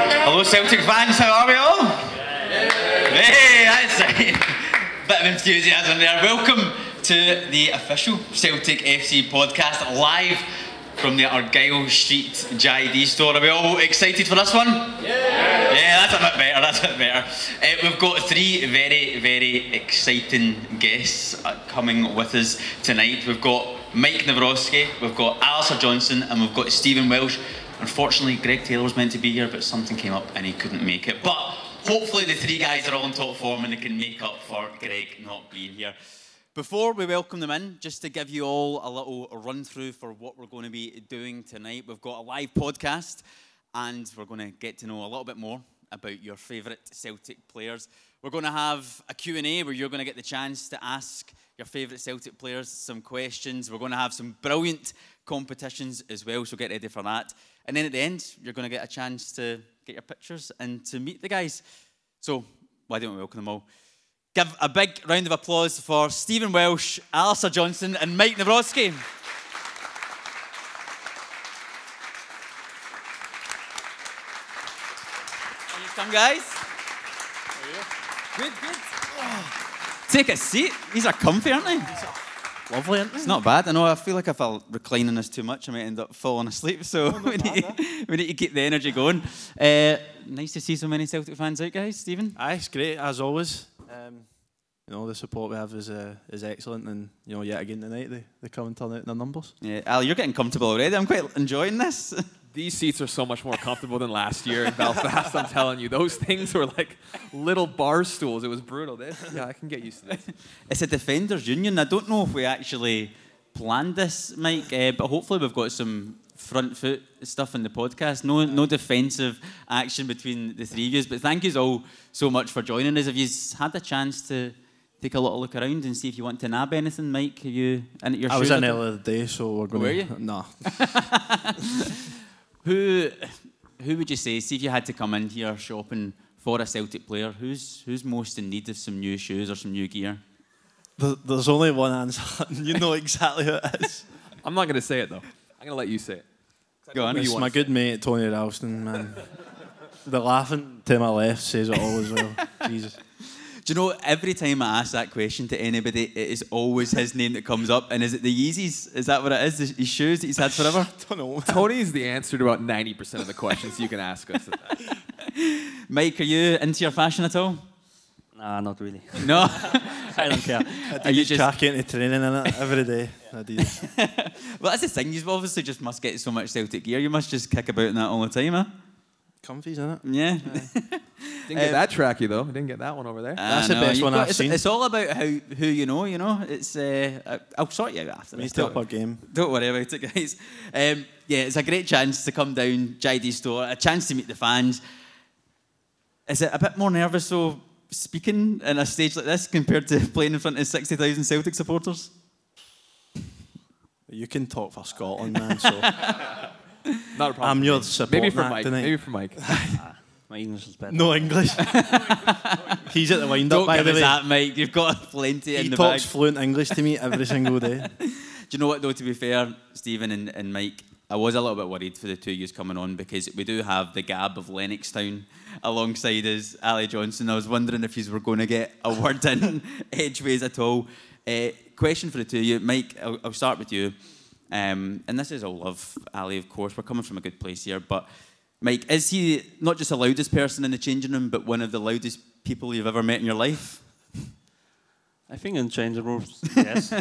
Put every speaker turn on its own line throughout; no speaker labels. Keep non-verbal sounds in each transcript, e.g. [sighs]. Hello, Celtic fans. How are we all? Hey, that's right. [laughs] Bit of enthusiasm there. Welcome to the official Celtic FC podcast live from the Argyle Street JD store. Are we all excited for this one? Yeah. Yeah, that's a bit better. That's a bit better. Uh, we've got three very, very exciting guests uh, coming with us tonight. We've got Mike Navrosky, we've got Alistair Johnson, and we've got Stephen Welsh. Unfortunately, Greg Taylor was meant to be here, but something came up and he couldn't make it. But hopefully, the three guys are all in top form and they can make up for Greg not being here. Before we welcome them in, just to give you all a little run through for what we're going to be doing tonight, we've got a live podcast and we're going to get to know a little bit more about your favourite Celtic players. We're going to have a Q&A where you're going to get the chance to ask your favourite Celtic players some questions. We're going to have some brilliant competitions as well, so get ready for that. And then at the end, you're going to get a chance to get your pictures and to meet the guys. So why don't we welcome them all? Give a big round of applause for Stephen Welsh, Alistair Johnson, and Mike Navrosky. How you come, guys? Good, good. Oh, Take a seat. These are comfy, aren't they?
Lovely, isn't
It's not bad. I know I feel like if I recline on this too much, I might end up falling asleep. So [laughs] we, need, we need to keep the energy going. Uh, nice to see so many Celtic fans out, guys. Stephen?
Aye, it's great as always. Um, you know the support we have is uh, is excellent, and you know yet again tonight they, they come and turn out in their numbers.
Yeah, Al, you're getting comfortable already. I'm quite enjoying this. [laughs]
These seats are so much more comfortable than last year in Belfast. I'm telling you, those things were like little bar stools. It was brutal. This, yeah, I can get used to this.
It's a defenders union. I don't know if we actually planned this, Mike, uh, but hopefully we've got some front foot stuff in the podcast. No, no defensive action between the three of you. But thank you all so much for joining us. Have you had a chance to take a little look around and see if you want to nab anything, Mike? Have you in at your?
I was
shoes?
in earlier the day, so we're going.
Were you?
Nah,
Who, who would you say? See if you had to come in here shopping for a Celtic player. Who's who's most in need of some new shoes or some new gear?
there, there's only one answer. [laughs] and you know exactly who it is.
I'm not gonna say it though. I'm gonna let you say it.
Go on.
It's my good mate Tony Ralston, man. the laughing to my left says it all as well. [laughs] Jesus.
Do you know, every time I ask that question to anybody, it is always his name that comes up. And is it the Yeezys? Is that what it is? The- His shoes that he's had forever?
don't know.
Tony is the answer to about 90% of the questions you can ask us.
Mike, are you into your fashion at all?
Nah, not really.
No?
I
[laughs]
don't care.
are you just.
Jack into training in it every [laughs] day. Adidas.
Well, that's the thing. You obviously just must get so much Celtic gear. You must just kick about in that all the time, huh?
Comfy's in it.
Yeah. [laughs]
Didn't get that tracky though. Didn't get that one over there.
That's the
I
best
you-
one
well,
I've
it's,
seen.
It's all about how who you know, you know. It's uh, I- I'll sort you out after
We
this.
need to up our game.
Don't worry about it, [laughs] guys. Um, yeah, it's a great chance to come down JD store, a chance to meet the fans. Is it a bit more nervous though, speaking in a stage like this compared to [laughs] playing in front of sixty thousand Celtic supporters?
You can talk for Scotland, man. [laughs] So
Not a problem.
I'm your support.
maybe for
man
Mike.
tonight.
Maybe for Mike.
My English is bad.
[laughs]
No English. He's at the wind up,
Don't
by
give
the
us
way.
that, Mike. You've got [laughs] plenty in
He
the
talks
bag.
fluent English to me every
[laughs]
single day.
Do you know what, though, to be fair, Stephen and, and Mike, I was a little bit worried for the two of yous coming on because we do have the gab of Lennox Town alongside us, Ali Johnson. I was wondering if yous were going to get a [laughs] word in edgeways at all. Uh, question for the two of you. Mike, I'll, I'll start with you. Um, and this is all love, Ali, of course. We're coming from a good place here. But, Mike, is he not just the loudest person in the changing room, but one of the loudest people you've ever met in your life? [laughs]
I think in change the rooms,
[laughs]
yes.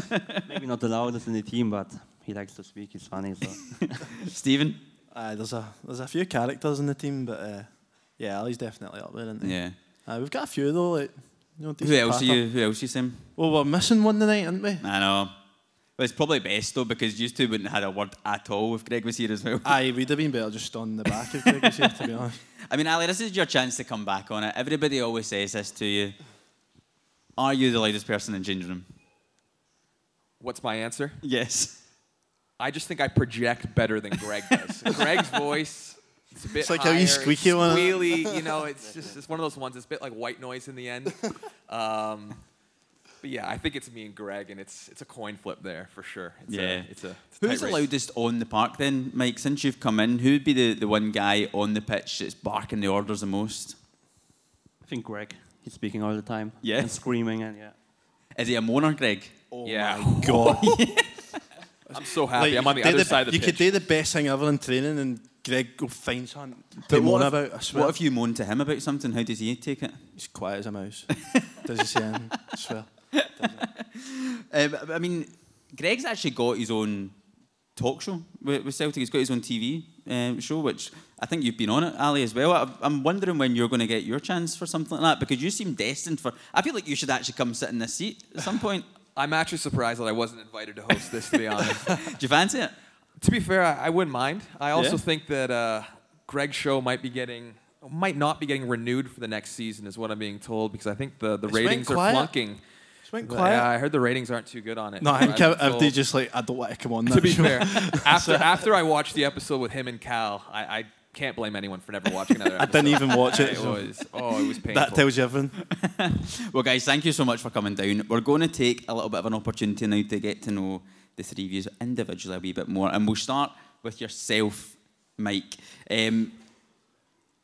Maybe not the loudest in the team, but he likes to speak. He's funny. So.
Stephen?
Aye, there's a there's a few characters in the team, but uh, yeah, Ali's definitely up there, isn't he?
Yeah.
Aye, we've got a few though. Like, you know,
Who
decent
else are
patter.
you? Who else you, Sam?
Well, we're missing one tonight, aren't we?
I know. But it's probably best though because you two wouldn't have had a word at all if Greg was here as well. [laughs]
Aye, we'd have been better just on the back of Greg was here, to be honest.
I mean, Ali, this is your chance to come back on it. Everybody always says this to you. Are you the loudest person in Ginger Room?
What's my answer?
Yes.
I just think I project better than Greg
[laughs]
does. Greg's voice. It's, a bit
It's like how you
higher,
squeaky
it's
one. [laughs]
squealy, you know, it's just it's one of those ones. It's a bit like white noise in the end. Um, But yeah, I think it's me and Greg, and it's it's a coin flip there for sure. It's
Yeah.
a, it's a. It's a
Who's
tight
the
race.
loudest on the park then, Mike? Since you've come in, who'd be the, the one guy on the pitch that's barking the orders the most?
I think Greg. He's speaking all the time.
Yeah.
And screaming and yeah.
Is he a moaner, Greg?
Yeah.
God. [laughs]
I'm so happy. I'm on the other side of
You
the
could do
pitch.
the best thing ever in training and Greg go find something to
But what
moan
if-
about. I swear.
What if you moan to him about something? How does he take it?
He's quiet as a mouse. Does he say anything? I swear.
Uh, but- but I mean, Greg's actually got his own talk show with, with Celtic. He's got his own TV um, show, which I think you've been on it, Ali, as well. I, I'm wondering when you're going to get your chance for something like that because you seem destined for. I feel like you should actually come sit in this seat at some point.
I'm actually surprised that I wasn't invited to host this.
[laughs]
To be honest.
Do you fancy it?
to be fair, I, I wouldn't mind. I also
Yeah.
think that uh, Greg's show might be getting might not be getting renewed for the next season, is what I'm being told, because I think the, the
went
ratings are
quiet.
flunking.
Just went
But,
quiet.
Yeah, I heard the ratings aren't too good on it.
no, uh, I think
I'm
if- if
told-
they just like, I don't want to come on that [laughs]
to be
show.
fair, after after I watched the episode with him and Cal, I, I can't blame anyone for never watching another.
[laughs] I
episode.
didn't even watch it.
It
so
was oh, it was painful.
that tells you everything. [laughs]
Well, guys, thank you so much for coming down. We're going to take a little bit of an opportunity now to get to know the three of you individually a wee bit more, and we'll start with yourself, Mike. Um,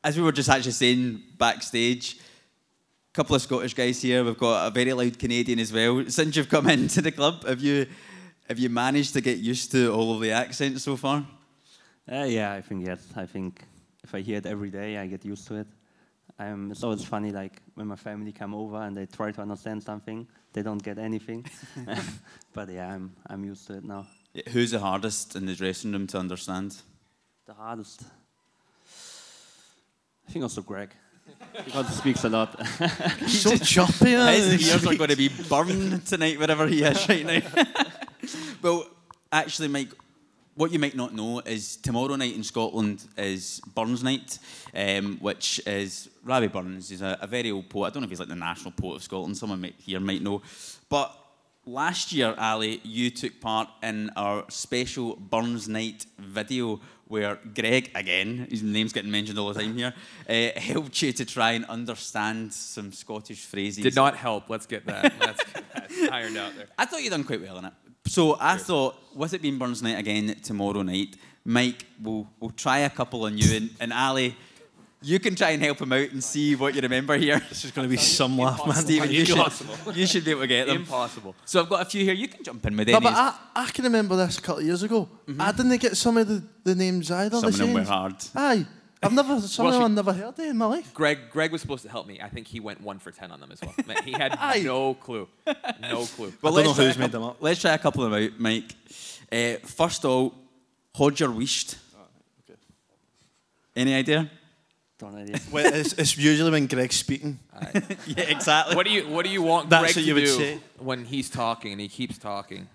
as we were just actually saying backstage, a couple of Scottish guys here. We've got a very loud Canadian as well. Since you've come [laughs] into the club, have you have you managed to get used to all of the accents so far?
Uh, yeah, I think yes. I think if I hear it every day, I get used to it. Um, it's always funny, like when my family come over and they try to understand something, they don't
[laughs]
get anything. [laughs] but yeah, I'm I'm used to it now.
Who's the hardest in the dressing room to understand?
The hardest, I think, also Greg, because he speaks a lot. [laughs]
so choppy. man.
His ears are going to be burned tonight, wherever he is right now. [laughs] well, actually, Mike, what you might not know is tomorrow night in Scotland is Burns Night, um, which is Robbie Burns. He's a, a very old poet. I don't know if he's like the national poet of Scotland. Someone might, here might know. But last year, Ali, you took part in our special Burns Night video where Greg, again, his name's getting mentioned all the time here, uh, helped you to try and understand some Scottish phrases.
did not help. Let's get that. That's,
[laughs]
that's ironed out there.
I thought you done quite well in it. So I thought, with it being Burns night again tomorrow night, Mike, we'll, we'll try a couple on you and, and Ali. You can try and help him out and see what you remember here.
This is going to be some laugh,
[laughs]
man.
Stephen, you should, [laughs]
Impossible.
you should be able to get them.
Impossible.
So I've got a few here. You can jump in with
No,
any.
but I, I can remember this a couple of years ago. I didn't get some of the, the names either.
Some
the
of them were
sayings.
hard.
Aye. I've [laughs] never, some of
Well,
them
she-
I've never heard of in my life.
Greg Greg was supposed to help me. I think he went one for ten on them as well. Man,
[laughs]
He had no clue. No clue.
Well,
don't
let's
know
try
who's
a
made
couple-
them up.
Let's try a couple of them out, Mike. Uh, first of all, Hodger Weest. Any idea? [laughs]
don't idea.
[laughs] Well, it's, it's usually when Greg's speaking.
yeah, exactly.
What do you What do you want
That's
Greg
what you
to
would
do
say.
when he's talking and he keeps talking?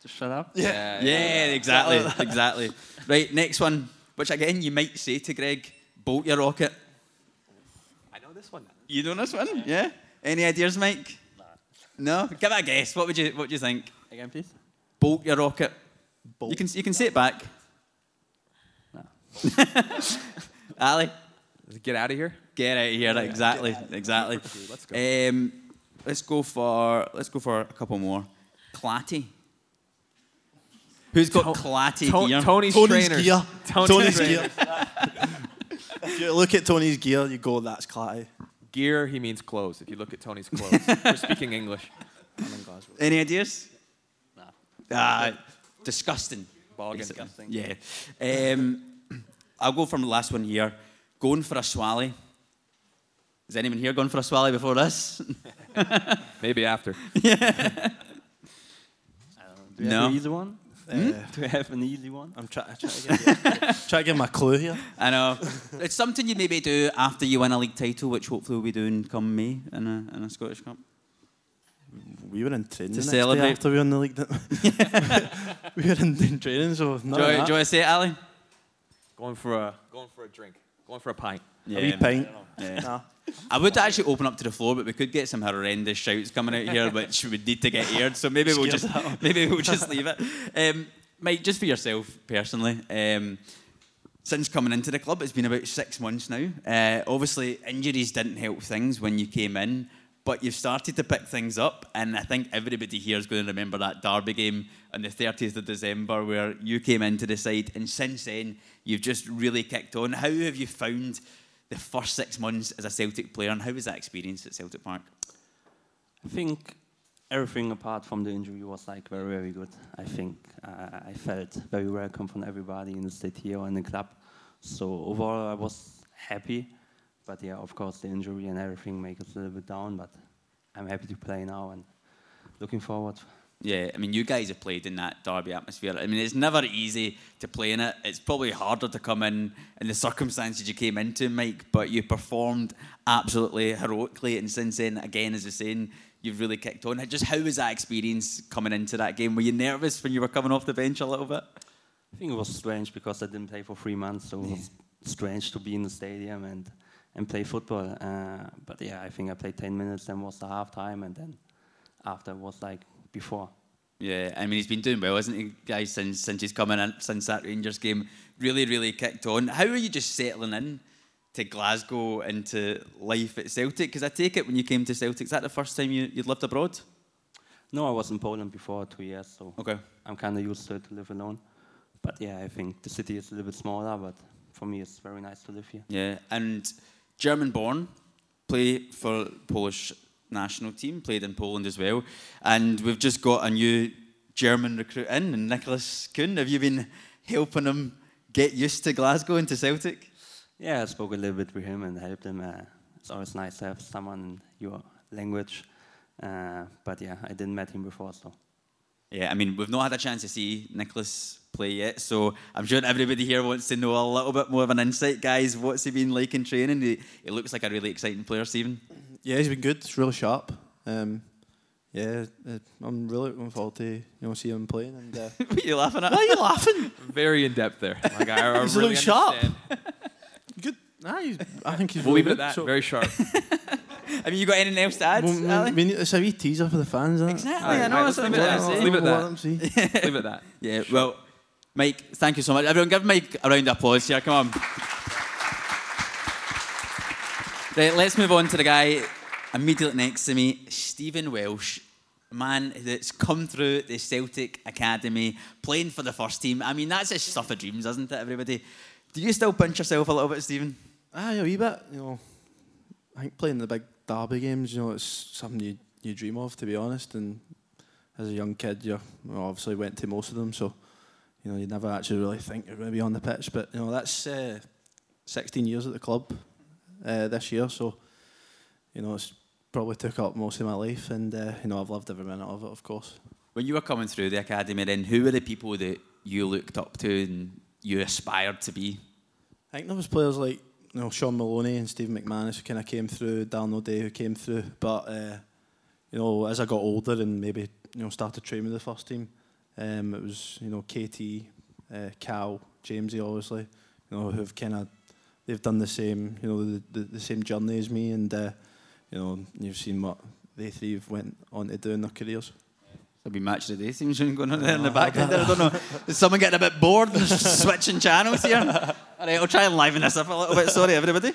Just shut up.
Yeah.
Yeah, [laughs] exactly, exactly. Right, next one, which again you might say to Greg, bolt your rocket.
I know this one.
You know this one? Yeah. Any ideas, Mike? No. Give it a guess. What would you What do you think?
Again, please.
Bolt your rocket. You
Bolt.
can you can say it back.
No.
[laughs] Ali,
Get out of here.
get out of here. exactly, exactly.
Let's go.
Um, let's go for let's go for a couple more. Clatty. Who's got clatty
To-
gear?
Tony's,
Tony's
trainers.
gear.
Tony's,
Tony's
trainers.
gear. [laughs] if you look at Tony's gear, you go, that's clatty.
Gear. He means clothes. If you look at Tony's clothes,
[laughs]
we're speaking English.
I'm in Glasgow.
Any ideas? No. Ah, disgusting.
Bargain.
Basically. Yeah. Um, I'll go from the last one here. Going for a swally. Has anyone here gone for a swally before this? [laughs]
Maybe after.
Do you
No.
have an easy one? [laughs]
Uh,
Do you have an easy one?
I'm trying try to get [laughs] try to get my clue here.
I know. It's something you maybe do after you win a league title, which hopefully we'll be doing come May in a, in a Scottish Cup.
We were in training the next day
celebrate.
after we won the [laughs] league. didn't we We were in, in training, so none
Do you,
of
do
that.
you want to say it, Ali?
Going for a going for a drink. Going for a pint.
A wee pint.
Yeah.
Nah.
I would actually open up to the floor, but we could get some horrendous shouts coming out here, which would need to get aired. So maybe we'll just
Scared
maybe we'll just leave it. Um, Mike, just for yourself personally, um, since coming into the club, it's been about six months now. Uh, obviously, injuries didn't help things when you came in. but you've started to pick things up, and I think everybody here is going to remember that Derby game on the 30th of December where you came into the side, and since then you've just really kicked on. How have you found the first six months as a Celtic player, and how was that experience at Celtic Park?
I think everything apart from the injury was like very, very good. I think uh, I felt very welcome from everybody in the state here and the club. So overall, I was happy. But yeah, of course, the injury and everything make us a little bit down. But I'm happy to play now and looking forward.
Yeah, I mean, you guys have played in that derby atmosphere. I mean, it's never easy to play in it. It's probably harder to come in in the circumstances you came into, Mike, but you performed absolutely heroically. And since then, again, as you're saying, you've really kicked on. Just how was that experience coming into that game? Were you nervous when you were coming off the bench a little bit?
I think it was strange because I didn't play for three months, so it was strange to be in the stadium and, and play football. Uh, but yeah, I think I played 10 minutes, then was the halftime, and then after was like before.
Yeah, I mean, he's been doing well, hasn't he, guys, since, since he's coming in, since that Rangers game really, really kicked on. How are you just settling in to Glasgow and to life at Celtic? Because I take it when you came to Celtic, is that the first time you, you'd lived abroad?
No, I was in Poland before two years, so
Okay.
I'm kind of used to it to live alone. But yeah, I think the city is a little bit smaller, but for me, it's very nice to live here.
Yeah, and German born, play for Polish national team, played in Poland as well, and we've just got a new German recruit in, and Nicholas Kuhn. Have you been helping him get used to Glasgow and to Celtic?
Yeah, I spoke a little bit with him and helped him. Uh, it's always nice to have someone in your language. Uh, but yeah, I didn't met him before, so
Yeah, I mean, we've not had a chance to see Nicholas play yet, so I'm sure everybody here wants to know a little bit more of an insight, guys. What's he been like in training? He, he looks like a really exciting player, Stephen. [laughs]
Yeah, he's been good. It's really sharp. Um, yeah, uh, I'm really looking forward to you know see him playing. And [laughs] uh,
what are you laughing at? Why are you laughing?
Very in depth there. Like
[laughs]
I, I
He's
really
looking sharp.
understand.
good. Nah, he's, I think he's
We'll
really
leave it
good.
at that.
So-
Very sharp.
[laughs] Have you got anything else to add,
Well, we-
Ali?
we need- it's a wee teaser for the fans, isn't it?
Exactly,
Aye,
I know.
aye,
that's what
let's
I'm
leave it at
gonna
that.
say.
Leave it
Let 'em see.
Leave it
[laughs]
at that.
Yeah, well, Mike, thank you so much. Everyone, give Mike a round of applause here. Come on. Right, let's move on to the guy immediately next to me, Stephen Welsh. a Man that's come through the Celtic Academy, playing for the first team. I mean, that's his stuff of dreams, isn't it, everybody? Do you still pinch yourself a little bit, Stephen?
Aye, Ah, a wee bit. You know, I think playing the big derby games, you know, it's something you you dream of, to be honest. And as a young kid, you you know, obviously went to most of them, so you know you never actually really think you're going to be on the pitch. But you know, that's uh, 16 years at the club uh, this year, so you know it's probably took up most of my life, and uh, you know I've loved every minute of it, of course.
When you were coming through the academy, then who were the people that you looked up to and you aspired to be?
I think there was players like you know Sean Maloney and Steve McManus who kind of came through, Dan O'Day who came through, but uh, you know as I got older and maybe you know started training with the first team, um, it was you know KT, uh, Cal, Jamesy obviously, you know who've kind of they've done the same you know the, the, the same journey as me and uh, you know you've seen what they three have went on to do in their careers.
There'll be match of the day seems [laughs] going on there in the background. there. I don't know. Is someone getting a bit bored and [laughs] switching channels here? All right, I'll try and liven this up a little bit. Sorry, everybody.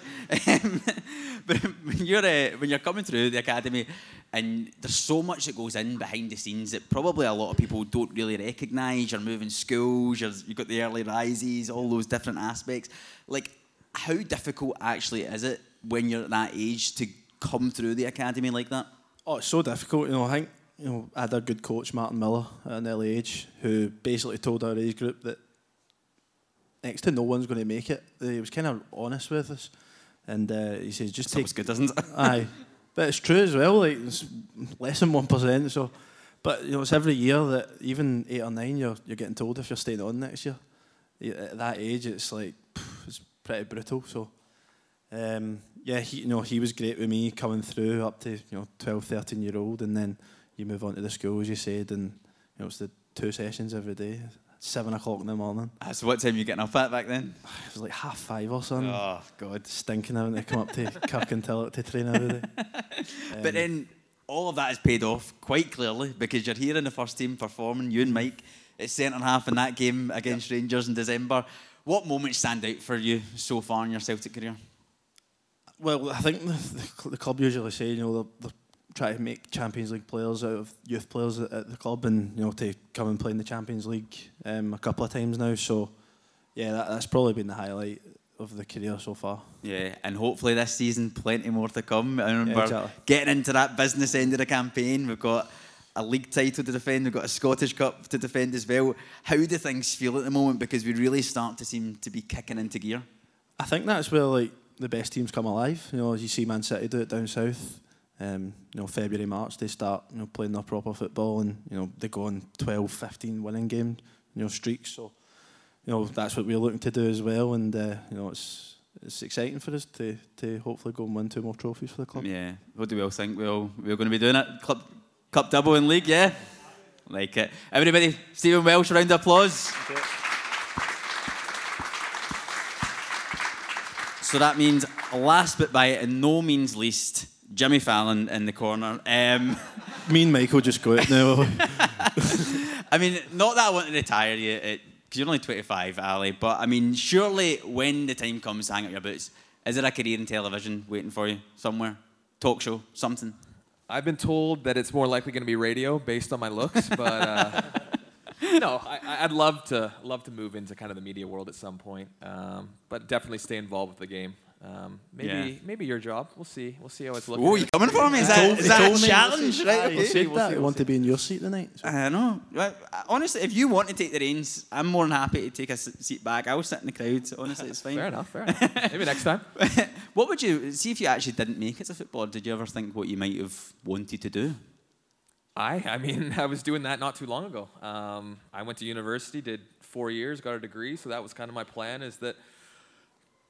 Um, [laughs] but when you're uh, when you're coming through the academy, and there's so much that goes in behind the scenes that probably a lot of people don't really recognise. You're moving schools. You're, you've got the early rises. All those different aspects. Like, how difficult actually is it when you're at that age to come through the academy like that?
Oh, it's so difficult. You know, I think you know I had a good coach, Martin Miller, at an early age, who basically told our age group that next to no one's going to make it. He was kind of honest with us, and uh, he says just take
Sounds good, doesn't it?
Aye, but it's true as well. Like it's less than one percent. So, but you know, it's every year that even eight or nine, you're you're getting told if you're staying on next year. Y- At that age, it's like phew, it's pretty brutal. So, um, yeah, he you know he was great with me coming through up to you know 12, 13 year old, and then you move on to the school as you said, and you know it's the two sessions every day, seven o'clock in the morning. [sighs]
Ah, So what time are you getting up at back then?
It was like half five or something.
Oh God.
Stinking having to come up to Kirkintilloch to train every day.
But then all of that is paid off quite clearly because you're here in the first team performing, you and Mike at centre half in that game against Rangers in December. What moments stand out for you so far in your Celtic career?
[laughs] Well, I think the, the, cl- the club usually say, you know, they're, they're try to make Champions League players out of youth players at, at the club, and you know to come and play in the Champions League um, a couple of times now. So yeah, that, that's probably been the highlight of the career so far.
Yeah, and hopefully this season, plenty more to come. I remember
exactly.
getting into that business end of the campaign. We've got a league title to defend, we've got a Scottish Cup to defend as well. How do things feel at the moment? Because we really start to seem to be kicking into gear.
I think that's where like the best teams come alive. You know, as you see Man City do it down south. Um, you know, February, March, they start you know playing their proper football, and you know they go on 12, 15 winning game you know streaks. So you know that's what we're looking to do as well, and uh, you know it's it's exciting for us to to hopefully go and win two more trophies for the club.
Yeah, what do we all think? We're, all, we're going to be doing it. Club, Cup double in league, yeah? Like it. Everybody, Stephen Welsh, round of applause. So that means last but by and no means least, Jimmy Fallon in the corner. Um, [laughs]
Me and Michael just go out now.
I mean, not that I want to retire you, because you're only 25, Ali, but I mean, surely when the time comes to hang up your boots, is there a career in television waiting for you somewhere? Talk show, something?
I've been told that it's more likely going to be radio based on my looks, but uh, no, I, I- I'd love to love to move into kind of the media world at some point, um, but definitely stay involved with the game. Um, maybe
Yeah.
maybe your job. We'll see. We'll see how it's looking.
Oh, you coming for me? Is that, is that a challenge? Right?
You
okay.
said that you want to be in your seat tonight. So.
I know. Right, I- Honestly, if you want to take the reins, I'm more than happy to take a s- seat back. I'll sit in the crowd. Honestly, it's fine.
Fair enough. Fair enough. Maybe next time.
what would you see if you actually didn't make it as a footballer? Did you ever think what you might have wanted to do?
I, I mean, [laughs] I was doing that not too long ago. Um, I went to university, did four years, got a degree, so that was kind of my plan is that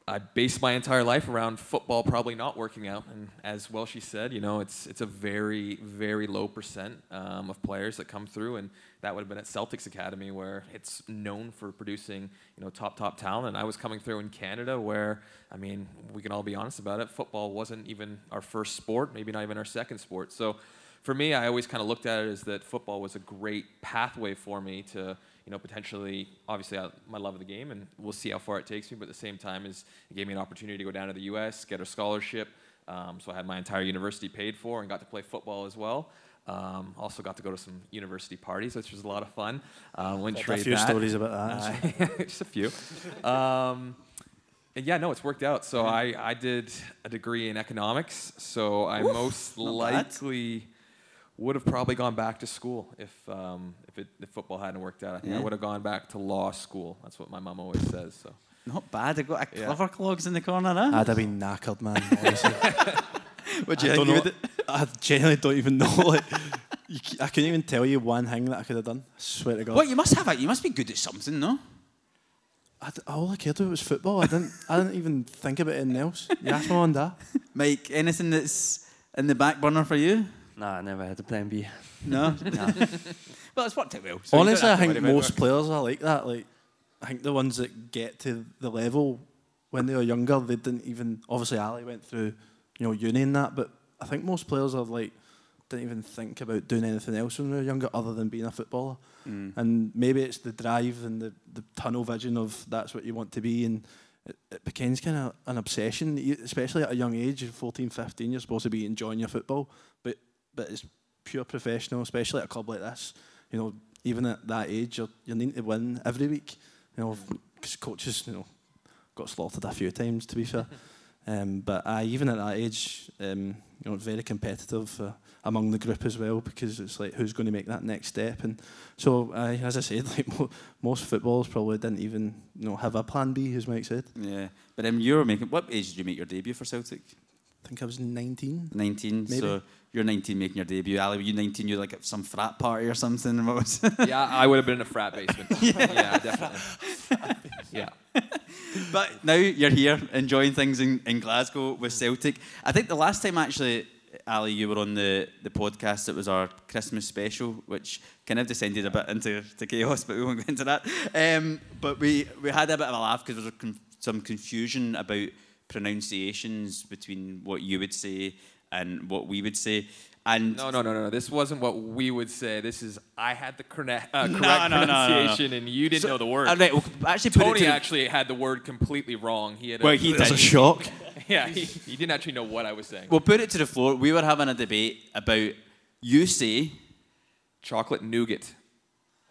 I based my entire life around football probably not working out. And as well, she said, you know, it's, it's a very, very low percent um, of players that come through, and that would have been at Celtics Academy where it's known for producing, you know, top, top talent. And I was coming through in Canada where, I mean, we can all be honest about it, football wasn't even our first sport, maybe not even our second sport. So for me, I always kind of looked at it as that football was a great pathway for me to, you know, potentially, obviously, I, my love of the game, and we'll see how far it takes me. But at the same time, is it gave me an opportunity to go down to the U.S., get a scholarship, um, so I had my entire university paid for, and got to play football as well. Um, also got to go to some university parties, which was a lot of fun. Um, wouldn't
A
trade
few
that.
stories about that. so.
Uh, [laughs] just a few. Um, and yeah, no, it's worked out. So I, I did a degree in economics. So I most
not bad.
likely would have probably gone back to school if um, if, it, if football hadn't worked out. I think I
Yeah.
would have gone back to law school. That's what my mom always says. So
Not bad. I got a
Yeah.
clever clogs in the corner. Huh?
I'd have been knackered,
[laughs]
man. Honestly.
Would
I
you think?
don't know.
you would-
[laughs] I genuinely don't even know. Like, you, c- I couldn't even tell you one thing that I could have done. I swear to God.
What you must have? A, you must be good at something, no?
I d- all I cared about was football. I didn't. I didn't even think about
[laughs]
anything else. You asked me on that.
Mike, anything that's in the back burner for you?
No, I never had a plan B.
No. [laughs] well, it's worked out well. so you don't
Honestly, I
have to
think
worry about
most
it.
players are like that. Like, I think the ones that get to the level when they were younger, they didn't even. Obviously, Ali went through, you know, uni and that. But I think most players are like didn't even think about doing anything else when they were younger other than being a footballer.
Mm.
And maybe it's the drive and the, the tunnel vision of that's what you want to be. And it, it becomes kind of an obsession, You- especially at a young age, 14, 15, you're supposed to be enjoying your football. But, but it's pure professional, especially at a club like this. You know, even at that age, you're, you need to win every week. You know, because coaches, you know, got slaughtered a few times, to be fair. Um, but I, even at that age, um, you know, very competitive uh, among the group as well because it's like who's going to make that next step. And so, I, as I said, [laughs] like mo- most footballers probably didn't even you know have a plan B, as Mike said.
Yeah, but um, you're making. What age did you make your debut for Celtic?
I think I was 19.
19.
Maybe.
So you're 19 making your debut. Ali, were you 19? You're like at some frat party or something. [laughs] What was
[laughs] yeah, I would have been in a frat basement. [laughs] yeah, definitely. [laughs] yeah.
but [laughs] now you're here enjoying things in, in Glasgow with Celtic. I think the last time actually, Ali, you were on the, the podcast, it was our Christmas special, which kind of descended a bit into to chaos, but we won't go into that. Um, but we, we had a bit of a laugh because there was con- some confusion about pronunciations between what you would say and what we would say. And
No, no, no, no. no. This wasn't what we would say. This is I had the correct, uh, correct
no, no, no, no.
pronunciation and you didn't know the word.
All right, well, actually, put it
Tony
to-
actually had the word completely wrong. He had.
Well, he
That's
did.
a shock.
[laughs] Yeah, he, he didn't actually know what I was saying.
We'll put it to the floor. We were having a debate about you say
Chocolate nougat.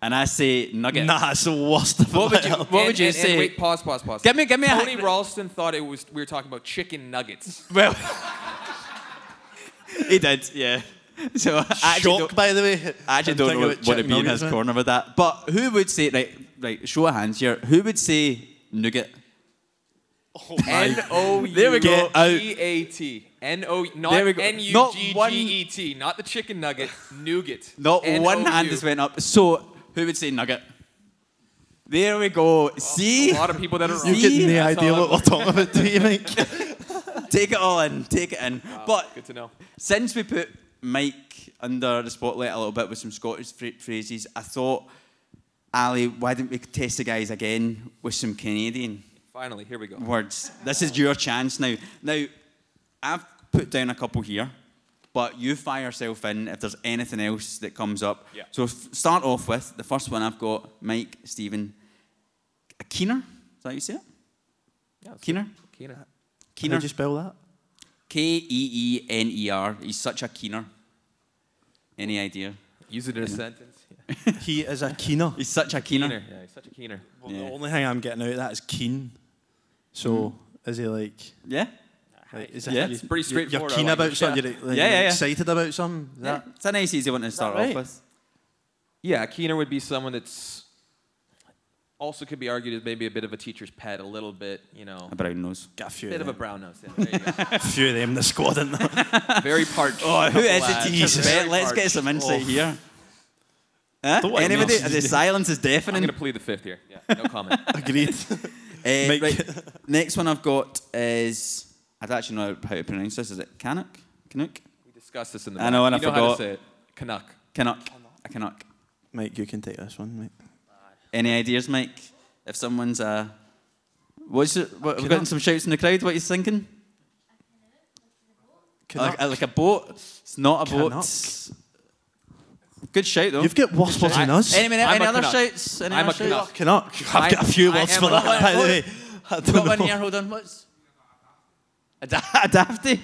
and I say nugget.
Nah, it's the worst of
What would
it.
you What
And-
would you
and- and
say?
wait, pause, pause, pause.
Give me- give me a-
Tony Ralston thought it was we were talking about
[laughs]
chicken nuggets.
Well, he did, yeah. [laughs] So I actually
Shock,
don't,
by the way.
I actually
Didn't
don't
think
know
about
what to
chicken
be in
nuggets,
his
man.
corner with that. But who would say right? Right, show of hands here. Who would say nougat?
N O U
There we go.
G A T. N O not
There we go.
N U
Not
G
one-
G E T. Not the chicken nugget. Nougat.
Not one
N-O-U.
hand has went up. So who would say nugget? There we go. See,
[laughs] A lot of people that are
[laughs]
wrong.
You
You getting the
That's
idea
all
what we're talking about, do you,
[laughs]
Mike?
take it all in, take it in. But
Good to know.
since we put Mike under the spotlight a little bit with some Scottish phra- phrases, I thought, Ali, why didn't we test the guys again with some Canadian?
Finally, here we go.
words. This is your chance now. Now, I've put down a couple here, but you fire yourself in if there's anything else that comes up.
Yeah.
So f- start off with the first one I've got Mike, Stephen, a keener. Is that how you say it?
Yeah, it's
Keener?
Keener.
Keener.
How'd you spell that?
K E E N E R. He's such a keener. Any idea?
Use it in a sentence. Yeah.
He is a keener.
He's such a keener.
Keener. Yeah, he's such a keener.
Well,
Yeah.
The only thing I'm getting out of that is keen. So is he like?
Yeah?
like is
Yeah,
it,
it's
pretty straightforward, I
You're keen
like
about
it.
something.
Yeah.
You're, like,
Yeah, yeah,
you're
yeah.
excited about something. Is that?
It's a nice, easy one to start
right?
off with.
Yeah, a keener would be someone that's also could be argued as maybe a bit of a teacher's pet, a little bit, you know,
A brown nose.
Got a few.
a bit
of
of a
them.
brown nose. Yeah, there you
[laughs]
go.
A few of them in the squad. In there.
Very parched.
Oh, who is
Lad.
it? Jesus.
Very
Let's get
parched.
some insight here. Huh?
Don't worry,
Anybody?
Mel.
The silence is
I'm
deafening.
gonna plead the fifth here. Yeah, no comment.
Agreed.
Uh,
Mike.
right. Next one I've got is I don't actually know how to pronounce this. Is it Canuck? Canuck?
We discussed this in the.
I know, and
back.
I
you know how
forgot.
to say it. Canuck.
Canuck. A Canuck.
Mike, you can take this one, mate.
Any ideas, Mike? If someone's a what's it? What, we've
Canuck.
gotten some shouts in the crowd. What you thinking? Like, uh, like a boat. It's not a boat. Good shout though.
You've got worse words than
I-
us.
any, any,
I'm a
other
Canuck.
shouts? Any
I'm
other
a
shouts?
Canuck.
Canuck. I've got a few
I
words
am
for
a
that,
Canuck.
by the way. I
Got
don't
one
know.
here. Hold on. What's a, da- a dafty?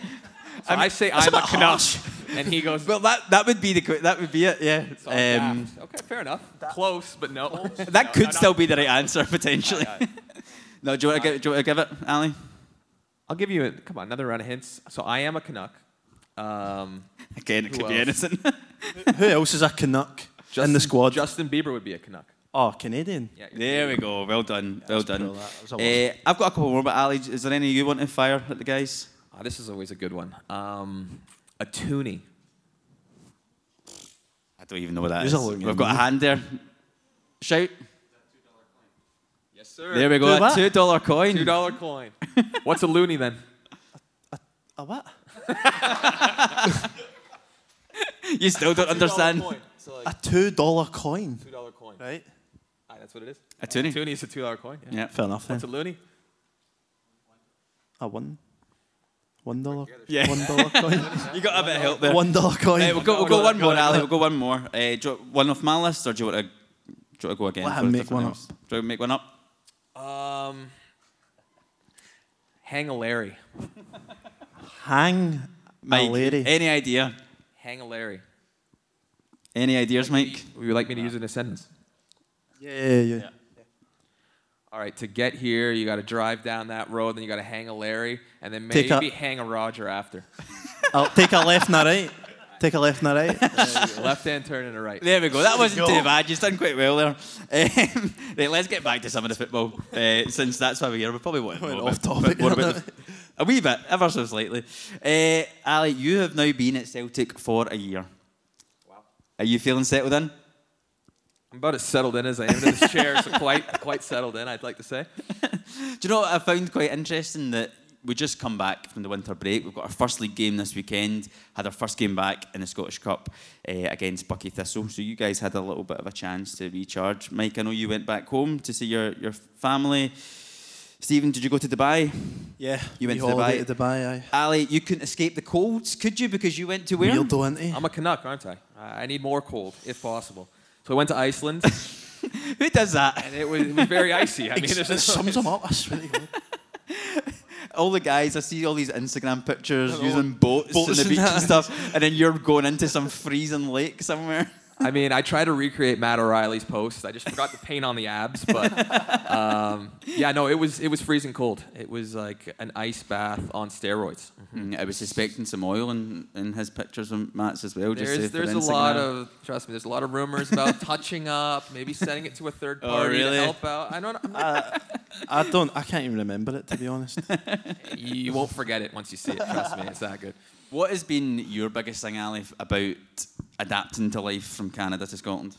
So I say
That's
I'm a
bit
Canuck,
harsh.
and he goes.
Well, that that would be the qu- that would be it. Yeah.
"It's all daft."
Um,
okay, fair enough. Close, but [laughs] no.
that
No,
could
no, no.
still be the right answer potentially.
Aye,
no, do you want to give, do you want to give it, Ali?
I'll give you a, come on another round of hints. So I am a Canuck. Um,
Again, it
Who
could be
else?
anything.
[laughs]
[laughs]
Who else is a Canuck in
Justin-
the squad?
Justin Bieber would be a Canuck.
Oh, Canadian.
Yeah, you're-
there we go. Well done. Well
That
done.
was a worse-
Uh, I've got a couple more, but Ali, is there any you want to fire at the guys?
Ah, this is always a good one. Um, a toonie.
I don't even know what that
There's
is.
a long
We've got a
one.
hand there. Shout.
Yes, sir.
There we go.
Do
a
what?
two dollar coin.
[laughs] Two dollar coin. [laughs] What's a loony then?
A what?
You still don't understand.
[laughs]
A two dollar coin.
two dollar coin.
Right.
Aye, that's what it is. [laughs]
A toonie.
Toonie is a two dollar coin. Yeah.
Yeah.
Fair enough. Then.
What's a loony?
A one. One dollar.
Yeah.
[laughs] One dollar coin.
You got a bit of help there.
One dollar coin.
Uh, we'll go, we'll go one more, Ali. We'll go one more. Uh, do you want one off my list, or do you want to, do you want to go again?
Let
for
him make
different
one
names? Do you want to make one up?
Um, hang a Larry.
Hang
Mike,
Malady.
any idea?
Hang a Larry.
Any ideas, Mike?
Would you like me to use it in a sentence?
Yeah, yeah, yeah.
All right, to get here, you got to drive down that road, then you got to hang a Larry, and then
Take a-
maybe hang a Roger
[laughs]
after.
I'll take a left and a right. Take a left and a right.
Left hand turn and a right.
There we go. That wasn't
Go.
too bad. You've done quite well there. [laughs] Um, right, let's get back to some of the football, uh, since that's why we're here. We probably won't.
Went
know
off
about-
topic.
What about the, a wee bit, ever so slightly. Uh, Ali, you have now been at Celtic for a year.
Wow.
Are you feeling settled in?
I'm about as settled in as I am in this chair, so quite, quite settled in, I'd like to say.
Do you know what I found quite interesting that we just come back from the winter break. We've got our first league game this weekend. Had our first game back in the Scottish Cup eh, against Bucky Thistle. So you guys had a little bit of a chance to recharge. Mike, I know you went back home to see your your family. Stephen, did you go to Dubai?
Yeah.
You went
wee
to Dubai?
holiday to Dubai, aye.
Ali, you couldn't escape the colds, could you? Because you went to where?
Weird though, ain't he?
I'm a Canuck, aren't I? I I need more cold, if possible. So I went to [laughs] Iceland,
Who does that?
and it was, it was very icy. I mean,
Ex-
[laughs] there's
it sums him up, I swear to God.
All the guys, I see all these Instagram pictures
Hello.
using boats,
Boats
in the
and
beach
that.
and stuff, and then you're going into some freezing lake somewhere.
I mean, I try to recreate Matt O'Reilly's post. I just forgot the paint on the abs, [laughs] but um, yeah, no, it was it was freezing cold. It was like an ice bath on steroids.
I was suspecting some oil in, in his pictures and Matt's as well.
There's there's a lot of trust me. There's a lot of rumors about [laughs] touching up, maybe sending it to a third
Oh,
party
really?
to help out. I don't. I'm not,
I don't, I can't even remember it, to be honest.
you won't forget it once you see it. Trust me, it's that good.
What has been your biggest thing, Ali, f- about adapting to life from Canada to Scotland?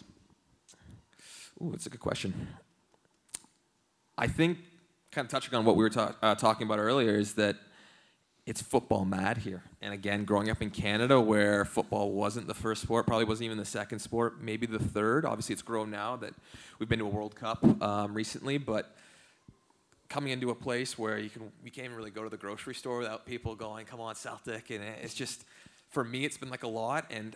Ooh, that's a good question. I think, kind of touching on what we were ta- uh, talking about earlier, is that it's football mad here. And again, growing up in Canada, where football wasn't the first sport, probably wasn't even the second sport, maybe the third. Obviously, it's grown now that we've been to a World Cup um, recently, but coming into a place where you can we can't even really go to the grocery store without people going, "Come on, Celtic!" And it- it's just for me, it's been like a lot. And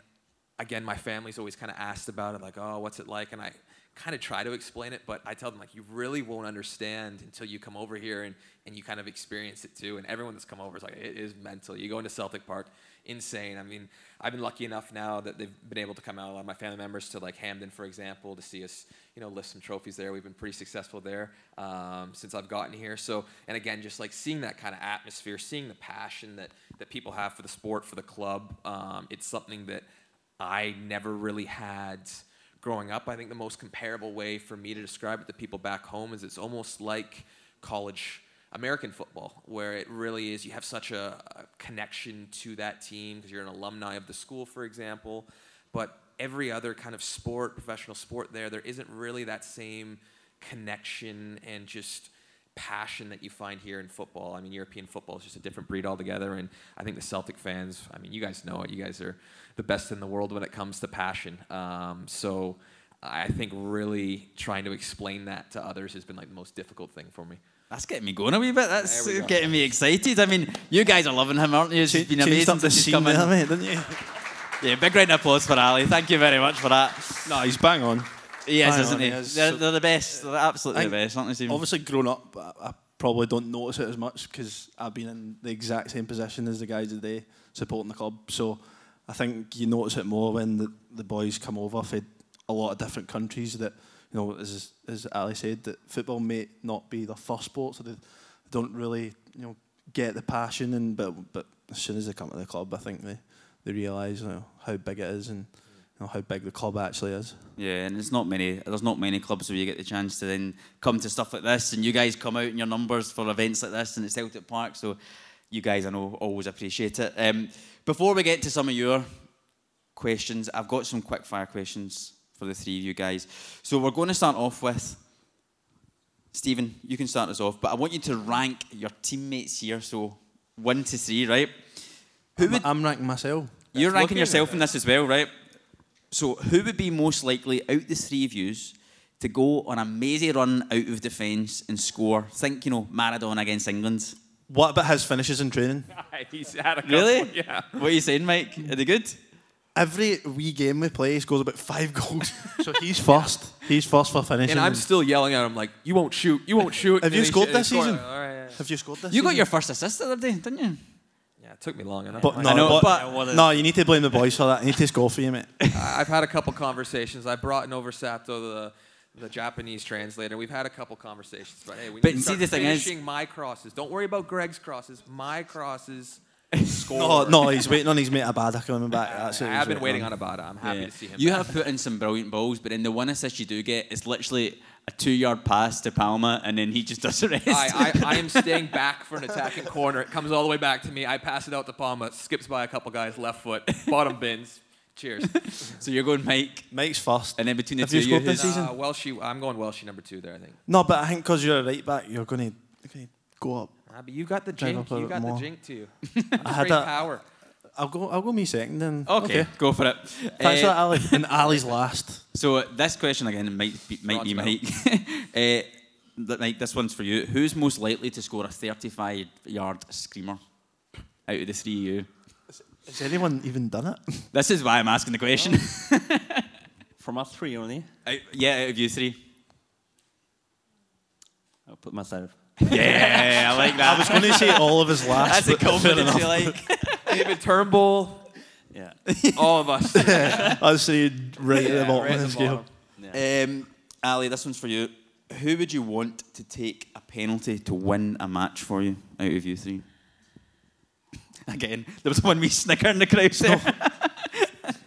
again, my family's always kind of asked about it, like, "Oh, what's it like?" And I kind of try to explain it, but I tell them like, "You really won't understand until you come over here and and you kind of experience it too." And everyone that's come over is like, "It is mental." You go into Celtic Park, insane. I mean, I've been lucky enough now that they've been able to come out a lot of my family members to like Hamden, for example, to see us, you know, lift some trophies there. We've been pretty successful there um, since I've gotten here. So, and again, just like seeing that kind of atmosphere, seeing the passion that that people have for the sport, for the club, um, it's something that I never really had growing up. I think the most comparable way for me to describe it to people back home is it's almost like college American football, where it really is you have such a, a connection to that team because you're an alumni of the school, for example. But every other kind of sport, professional sport, there, there isn't really that same connection and just passion that you find here in football. I mean, European football is just a different breed altogether, and I think the Celtic fans. I mean, you guys know it. You guys are the best in the world when it comes to passion. Um, so, I think really trying to explain that to others has been like the most difficult thing for me.
That's getting me going a wee bit. That's
There we
uh,
go.
getting me excited. I mean, you guys are loving him, aren't you? It's been
Changed
amazing
up the
since he's
scene
come in.
there, mate,
[laughs]
didn't you?
Yeah, big round of applause for Ali. Thank you very much for that.
No, he's bang on.
He is,
Bang
isn't
on,
he?
he is.
They're,
So-
they're the best. They're absolutely
I
the
think-
best, aren't they, Stephen?
Obviously, grown up, I, I probably don't notice it as much because I've been in the exact same position as the guys today supporting the club. So I think you notice it more when the, the boys come over from a lot of different countries that, you know, as, as Ali said, that football may not be their first sport, so they don't really, you know, get the passion. And But, but as soon as they come to the club, I think they, they realise you know, how big it is and you know, how big the club actually is.
Yeah, and it's not many. There's not many clubs where you get the chance to then come to stuff like this, and you guys come out in your numbers for events like this, and it's Celtic Park. So, you guys, I know, always appreciate it. Um, before we get to some of your questions, I've got some quick fire questions for the three of you guys. So we're going to start off with Stephen. You can start us off, but I want you to rank your teammates here. So one to three, right? Who would
I'm ranking myself.
you're ranking
looking
yourself
at
in this as well, right? So, who would be most likely out the three of yous to go on a mazy run out of defence and score? Think, you know, Maradona against England.
What about his finishes in training?
[laughs] He's had a couple.
Really?
Yeah.
What are you saying, Mike? Are they good?
Every wee game we play, he scores about five [laughs] goals. so he's [laughs] first. He's first for finishing.
And I'm still yelling at him like, "You won't shoot! You won't shoot!"
Have
And
you
then he
scored
sh- and he
this
scored.
season?
All right, yeah.
Have you scored this?
You got
season?
your first assist the other day, didn't you?
Yeah, it took me long enough.
But
I-
no,
I know,
but,
but- Yeah, what a-
no, you need to blame the boys for that. You need to score for you, mate.
I- I've had a couple conversations. I brought in over Sato, the the Japanese translator. We've had a couple conversations, but hey, we
But
need to
see,
start
the thing is-
finishing my crosses. Don't worry about Greg's crosses. My crosses. Score.
no, no, he's waiting on his mate Abada coming back. That's what
I've been waiting on Abada. I'm happy to see him.
You
back.
have put in some brilliant balls, but in the one assist you do get, it's literally a two yard pass to Palma, and then he just does the rest.
I, I, I am staying back for an attacking corner. It comes all the way back to me. I pass it out to Palma. Skips by a couple guys. Left foot. Bottom bins. Cheers.
[laughs] so, you're going Mike,
Mike's first.
and then between the
Have
two
you
of
scored
you,
this
who's-
season?
Uh, Welshie. I'm going Welshie number two there. I think.
No, but I think because you're a right back, you're going to go up.
Ah, but you got the
Drive up
jink.
a
You
bit
got the
more.
jink to you.
I
Great
had that.
power.
I'll go. I'll go me second then.
Okay, go for it.
Thanks for
Uh, [laughs]
that, Ali. and Ali's last.
[laughs] So this question again might be, might be
Rod's
Mike. uh, th- like this one's for you. Who's most likely to score a 35 yard screamer out of the three of you?
Has anyone even done it?
This is why I'm asking the question.
From us three only,
[laughs] Out- yeah, out of you three.
I'll put myself.
[laughs] Yeah, [laughs] I like that.
I was going to say all of his
[laughs]
last.
That's a
but fair
confidence
enough.
you like.
David Turnbull,
[laughs] Yeah.
all
[laughs]
of us.
I'd say right at the
Yeah,
bottom
right at
of the
the
scale.
bottom.
[laughs] Um, Ali, this one's for you. Who would you want to take a penalty to win a match for you out of you three? Again, there was one wee snicker in the crowd. there.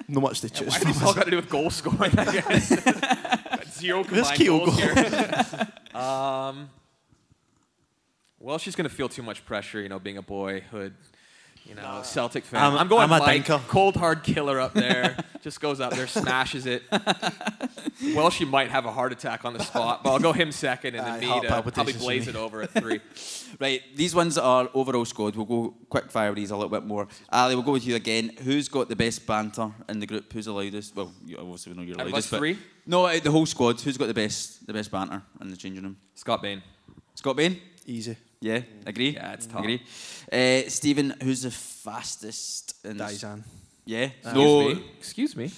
Not much to choose
Why
[laughs]
have this all
from.
got to do with goal scoring? I guess? Got [laughs] Zero combined
Keogh
goals here.
[laughs]
um, well, she's going to feel too much pressure, you know, being a boyhood, you know, Celtic fan.
I'm-
I'm, going
I'm a
Mike,
thinker.
cold hard killer up there. [laughs] just goes up there, smashes
[laughs]
it. well, she might have a heart attack on the spot, but I'll go him second and
Aye,
then
heart
me to probably
palpitations for
blaze
me. [laughs]
it over at three.
Right, these ones are overall squad. We'll go quick fire with these a little bit more. Ali, we'll go with you again. Who's got the best banter in the group? Who's the loudest? Well, you obviously we know you're
Out of
loudest.
us
but-
three?
No, out of the whole squad. Who's got the best the best banter in the changing room?
Scott Bain.
Scott Bain?
Easy.
Yeah, agree.
Yeah, it's top.
Agree. Uh, Stephen, who's the fastest?
Mm.
In this-
Dyson.
Yeah.
Excuse me. Excuse me.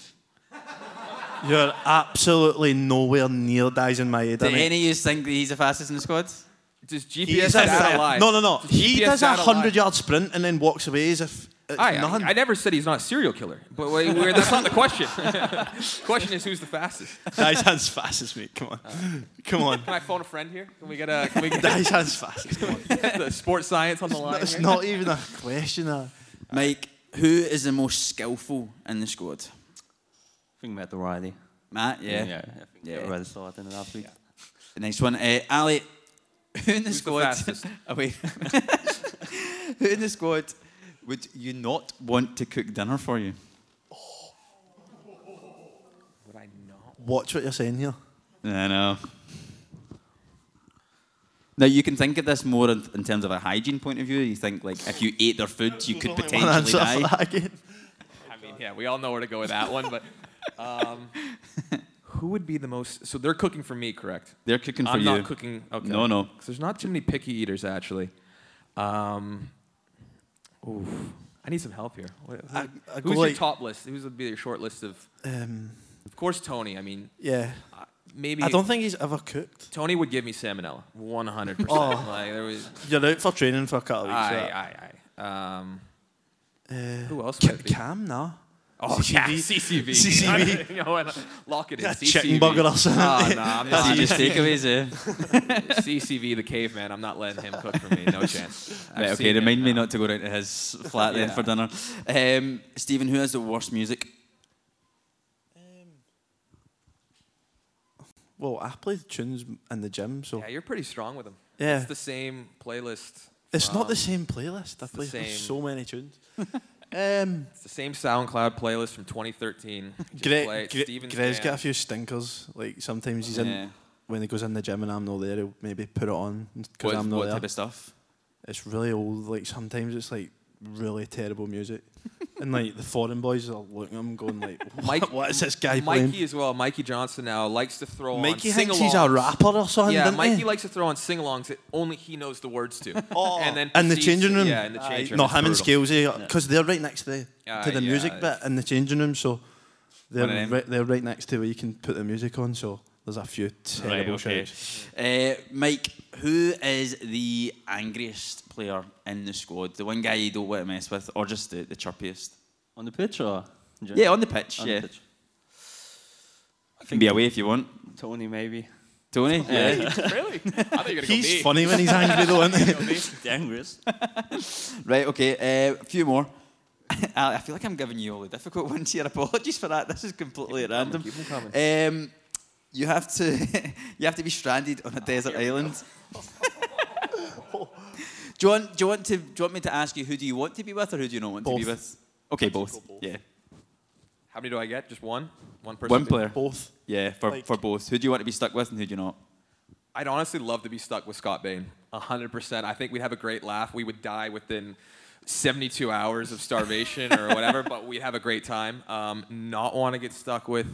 You're absolutely nowhere near Dyson Maeda.
Do
mate.
E
any of you think that he's the fastest in the squad?
Uh, Does
He
GPS
is a-
data lie?
No, no, no.
Does
He
GPS
does a
data lie?
hundred yard sprint and then walks away as if it's
I,
nothing. [laughs]
I, I never said he's not a serial killer, but we we're, that's not the question. [laughs] question is who's the fastest.
Dyson's fastest, mate. Come on,
Uh.
come
[laughs]
on.
Can I phone a friend here? Can we get a can
[laughs]
we get
Dyson's fastest. Come on.
the sports science on the line?
It's
here?
not even a question. uh,
Mike, who is the most skillful in the squad?
I think Matt O'Reilly.
Matt, yeah.
Yeah. I think
Yeah.
yeah. already saw it in the last week.
The next one, uh, Ali. Who in the
Who's the
squad? [laughs]
fastest?
Oh, wait. who in the squad would you not want to cook dinner for you?
Would I know?
Watch what you're saying here.
I know. Now you can think of this more in, in terms of a hygiene point of view. You think like if you ate their food, you could
One
potentially
answer for
die.
that again.
I mean, yeah, we all know where to go with that one, but
[laughs]
um, who would be the most? So they're cooking for me, correct?
They're cooking for
I'm
you.
not cooking. Okay.
No, no.
'Cause there's not too many picky eaters actually. Um, oof. I need some help here. What- who-
I- I go
who's your
like-
top list? Who's would be your short list of?
Um,
Of course, Tony. I mean,
yeah,
uh, maybe
I don't think he's ever cooked.
Tony would give me salmonella, 100. percent
[laughs] Oh.
Like there was,
You're out for training for a couple of weeks. right?
aye, aye, aye. Um,
Uh,
who else?
Ca-
might be?
Cam, nah.
oh yeah, CCV.
CCV.
[laughs] you know, and lock it in.
Yeah,
CCV.
chicken burger
[laughs]
or something. [laughs]
Oh, no, I'm
That's
not.
just takeaways, eh?
[laughs] CCV, the caveman. I'm not letting him cook for me. No chance. I've
Right,
seen
okay,
him,
remind me
no.
not to go down to his flat then
Yeah.
for dinner. Um, Stephen, who has the worst music?
Well, I play the tunes in the gym, so
Yeah, you're pretty strong with him.
Yeah.
It's the same playlist.
it's not the same
from-
playlist. I play
same.
so many
[laughs]
tunes. [laughs] um,
It's the same SoundCloud playlist from 2013. Just play
Greg,
it.
Greg,
Stephen's
Greg's got a
band.
few stinkers. Like sometimes he's
Yeah.
in when he goes in the gym and I'm not there, he'll maybe put it on because
What,
I'm
what
not
type
there.
of stuff?
It's really old. Like sometimes it's like really terrible
[laughs]
music, and like the foreign boys are looking at him going like, "What, [laughs]
Mike-
what is this guy playing?"
Mikey as well. Mikey Johnson now likes to throw
Mikey
on sing
thinks he's a rapper or something.
Yeah,
doesn't
Mikey
he?
likes to throw on sing-alongs that only he knows the words to.
Oh.
and then
in the
proceeds-
changing room.
Yeah, in the
Aye,
changing room.
No,
it's
him and
brutal.
Skillsy because they're right next to the
Aye,
to the
yeah,
music bit
it's-
in the changing room, so they're
One of them.
right, they're right next to where you can put the music on. So there's a few terrible shouts.
Uh, Mike, who is the angriest player in the squad? The one guy you don't want to mess with, or just the, the chirpiest?
On the pitch or?
Yeah, on the pitch.
On
yeah,
the pitch.
You can be away if you want.
Tony, [laughs] maybe.
Tony, [laughs] yeah.
[laughs] really? I thought you were gonna go
He's
me.
funny when he's angry though, isn't he?
[laughs] Dangerous.
Right, okay. Uh, a few more. [laughs] Ali, I feel like I'm giving you all the difficult [laughs] ones here. Apologies for that. This is completely at random.
Keep 'em coming.
Um, you have to [laughs] you have to be stranded on a [laughs] desert island. do you want do you want to do you want me to ask you who do you want to be with or who do you not want to
Both.
be with? Okay, both. Yeah,
How many do I get? Just one? One person?
one player.
[laughs] Both.
Yeah, for,
Like-
for both. Who do you want to be stuck with and who do you not?
I'd honestly love to be stuck with Scott Bain. 100%. I think we'd have a great laugh. We would die within 72
[laughs]
hours of starvation or whatever, but we'd have a great time. Um, not want to get stuck with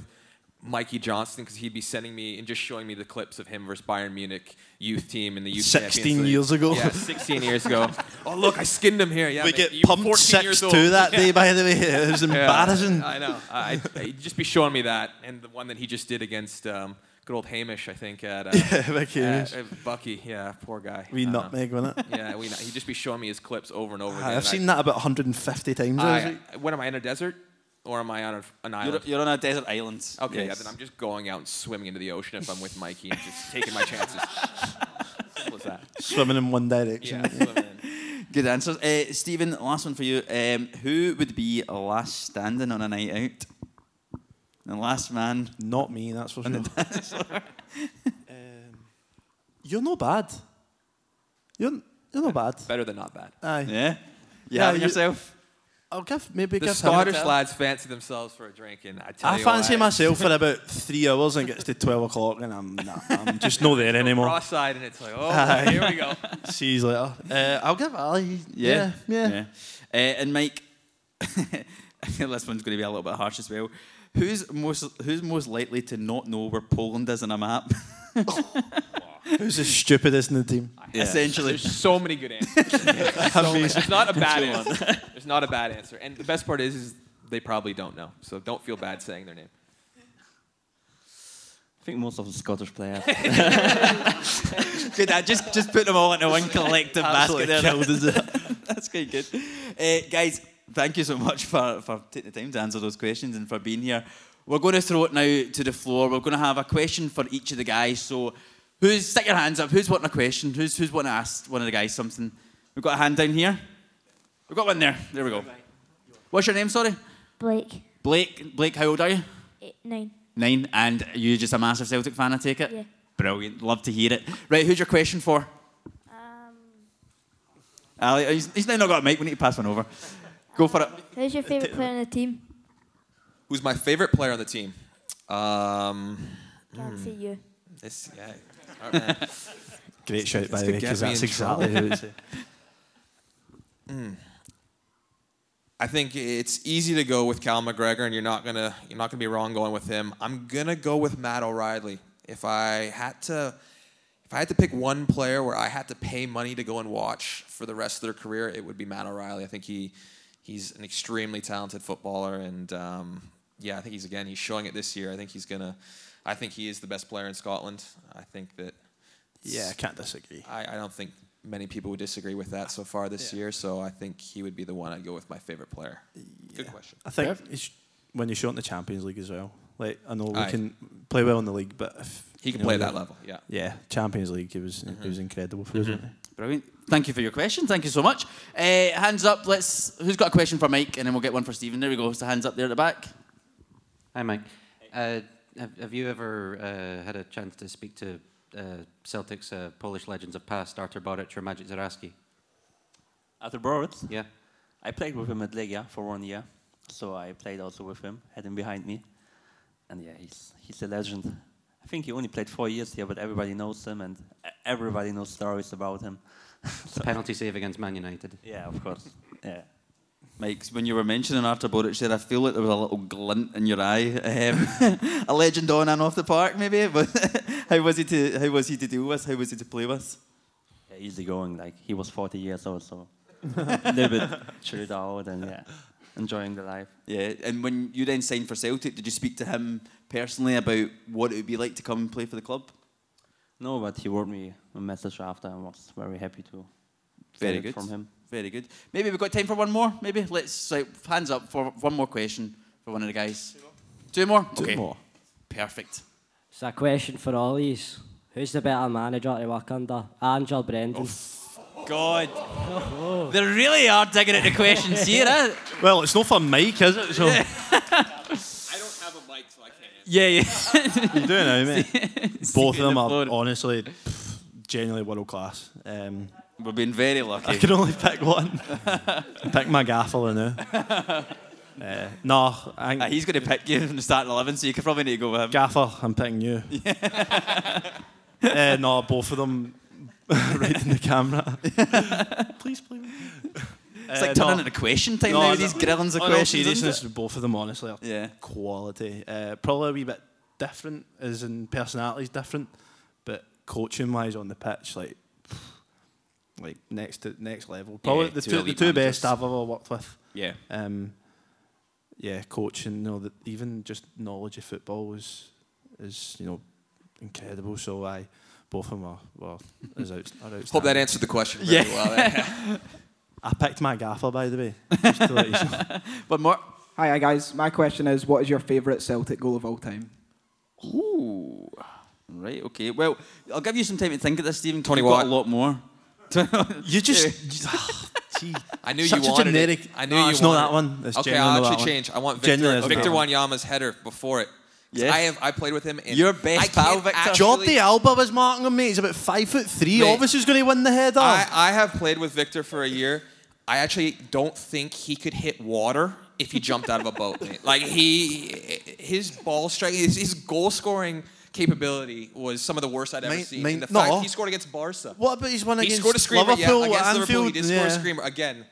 Mikey Johnston because he'd be sending me and just showing me the clips of him versus Bayern Munich youth team in the youth Champions
16
League.
years ago.
Yeah, 16
[laughs]
years ago. Oh look, I skinned him here. Yeah,
we
mate,
get
you were
pumped
14
six
years old.
two that day. By the way, it was
[laughs] Yeah, [laughs]
embarrassing. [laughs]
I know. I, I- he'd just be showing me that, and the one that he just did against um, good old Hamish, I think
[laughs]
at uh,
Bucky
at,
Hamish.
at Bucky. Yeah, poor guy.
We
Uh,
nutmeg, wasn't it?
Yeah, we, he'd just be showing me his clips over and over again.
I've
and I-
seen that about 150 times. I was
I,
like,
when am I in a desert, or am I on a, an
You're,
island?
you're on a desert island.
Okay, yeah,
Yes.
then I'm just going out and swimming into the ocean if I'm with Mikey and just taking my
[laughs]
chances. Simple as that.
swimming in one direction.
Yeah, swimming.
Good answers. Uh, Stephen, last one for you. Um, who would be last standing on a night out? The last man.
Not me, that's for sure. [laughs] Um, you're no bad. You're you're no bad.
Better than not bad.
Aye.
Yeah? You
Yeah,
having
you-
yourself?
I'll give maybe
The
give
Scottish
him.
lads fancy themselves for a drink, and I tell
I
you
Ah, fancy
what,
myself
[laughs]
for about three hours and it gets to 12 o'clock and I'm, nah, I'm just not there
[laughs]
anymore.
Cross-eyed, and it's like, oh,
[laughs] Aye.
here we go.
See you later. Uh, I'll give Ali.
Yeah.
Yeah, yeah.
Uh, and Mike, [laughs] I feel this one's going to be a little bit harsh as well. Who's most Who's most likely to not know where Poland is on a map?
Who's the stupidest in the team?
Essentially.
There's so many good answers.
Amazing.
It's not a bad answer. It's not a bad answer. And the best part is, is they probably don't know, so don't feel bad saying their name.
I think most of the Scottish players.
good. I just just put them all into one collective basket. There. [laughs] That's quite good. Uh, guys, thank you so much for, for taking the time to answer those questions and for being here. We're going to throw it now to the floor. We're going to have a question for each of the guys. So, who's stick your hands up? Who's wanting a question? Who's who's wanting to ask one of the guys something? We've got a hand down here. We've got one there. There we go. What's your name? Sorry,
Blake,
Blake. Blake, how old are you?
eight, nine.
Nine. And you just a massive Celtic fan, I take it.
Yeah.
Brilliant. Love to hear it. Right, who's your question for?
Um,
Ali, he's, he's now not got a mic. We need to pass one over. Go for it.
who's your favourite player on the team?
Who's my favorite player on the team? Um,
Galaxy U.
this, yeah. All right, man.
Great shout, by
This
the
could
way,
get
because
me
that's
in
exactly who
[laughs]
it's.
I think it's easy to go with Cal McGregor, and you're not gonna you're not gonna be wrong going with him. I'm gonna go with Matt O'Reilly. If I had to, if I had to pick one player where I had to pay money to go and watch for the rest of their career, it would be Matt O'Reilly. I think he he's an extremely talented footballer, and um, yeah, I think he's again he's showing it this year. I think he's gonna. I think he is the best player in Scotland. I think that
Yeah, I can't disagree.
I, I don't think many people would disagree with that so far this year. So I think he would be the one I'd go with my favorite player. Good question.
I think it's, when you're short in the Champions League as well, like I know we
Aye.
can play well in the league, but if
He can
you know,
play
the-
that level. Yeah.
Yeah, Champions League, it was it was incredible for us. Wasn't it?
Brilliant. Thank you for your question. Thank you so much. Uh, hands up. Let's. Who's got a question for Mike? And then we'll get one for Stephen. There we go. So hands up there at the back.
[laughs] Hi, Mike. Uh, have, have you ever uh, had a chance to speak to uh, Celtic's uh, Polish legends of past, Artur Boric or Magic Zaraski?
Arthur Boritz,
Yeah.
I played with him at Legia for one year, so I played also with him, had him behind me, and yeah, he's he's a legend. I think he only played four years here, but everybody knows him and e- everybody knows stories about him.
The penalty save against Man United.
Yeah, of course. [laughs] Yeah.
Mike, when you were mentioning after Boric there, I feel like there was a little glint in your eye. Um, [laughs] a legend on and off the park, maybe. [laughs] But how was he to How was he to deal with? How was he to play with?
yeah, easygoing. Like he was 40 years old, [laughs] so a little bit chilled out and yeah, enjoying the life.
Yeah. And when you then signed for Celtic, did you speak to him personally about what it would be like to come and play for the club?
No, but he wrote me a message after and was very happy to get
Very
it
good.
from him.
Very good. Maybe we've got time for one more. Maybe let's so hands up for one more question for one of the guys. Two more. Two okay.
more.
Perfect.
So a question for all these. Who's the better manager to work under? Angel Brendan.
God, [laughs] they really are digging at the questions here. eh?
Well, it's not for Mike, is it? So
[laughs] I don't have a mic, so I can't.
Yeah, yeah. [laughs]
you do now, mate. [laughs] Both of
the
them are
floor.
honestly pff, genuinely world class. Um,
We've been very lucky.
I can only pick [laughs] one. pick my gaffle now. [laughs] Uh, no, I
Ah,
think
he's going to pick you from the starting eleven, so you could probably need to go with him.
Gaffer, I'm picking [laughs] you. uh, no, both of them [laughs] right in the camera. [laughs] Please play me.
It's like turning into question time
Uh, No, Oh,
now.
no.
These grillings of
On all
questions. isn't
seriousness, both of them honestly are
it? Yeah.
quality. Uh, probably a wee bit different, as in personality's different, but coaching wise on the pitch, like like next to next level. Probably
Yeah,
the
two
two, the
elite
two
managers.
best I've ever worked with.
Yeah.
Um, yeah, coaching, you know, that even just knowledge of football is is you know incredible. So I both of them are well is out, are
Hope that
outstanding.
answered the question. Very
Yeah.
well. [laughs] there.
I picked my gaffer by the way. Just to let
[laughs]
you know.
But more.
Hi, hi, guys. My question is, what is your favourite Celtic goal of all time?
Ooh. Right. Okay. Well, I'll give you some time to think of this, Stephen. 'cause
Tony
you've got a
Watt.
lot more.
You just gee,
I knew
Such
you
a
wanted
generic-
it. I knew
No,
you
it's
wanted
not that
it.
one. It's
okay,
generally
I'll
not that
actually
one.
change. I want
Generally,
Victor,
it's
Victor
not
Wanyama's header before it. 'Cause
Yes.
I have I played with him. In,
Your best
I can't
pal, Victor.
actually-
Jordi Alba was marking him, mate. He's about five foot three.
Mate.
Obviously, he's going to win the header.
I, I have played with Victor for a year. I actually don't think he could hit water if he jumped out of a
[laughs]
boat. mate. Like he, his ball striking, his, his goal scoring capability was some of the worst I'd ever
Mate,
seen.
mate,
and the
no.
fact he scored against Barca.
what about his one
He
against
scored a screamer yeah,
Liverpool
against
at
Liverpool. He
Anfield?
did score a
Yeah.
screamer again.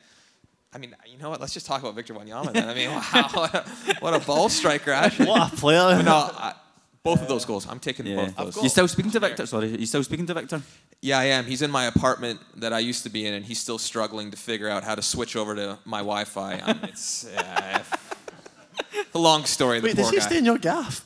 I mean, you know what? Let's just talk about Victor Wanyama. Then. I mean, wow, [laughs] what a ball striker! Actually.
[laughs]
[laughs]
What a player.
no, I, both of those goals. I'm taking
Yeah.
both of those.
You still speaking to Victor? Sorry. You still speaking to Victor?
Yeah, I am. He's in my apartment that I used to be in, and he's still struggling to figure out how to switch over to my Wi-Fi. I mean, it's [laughs] yeah, it's a long story. The
Wait,
poor
does he
guy.
stay in your gaff?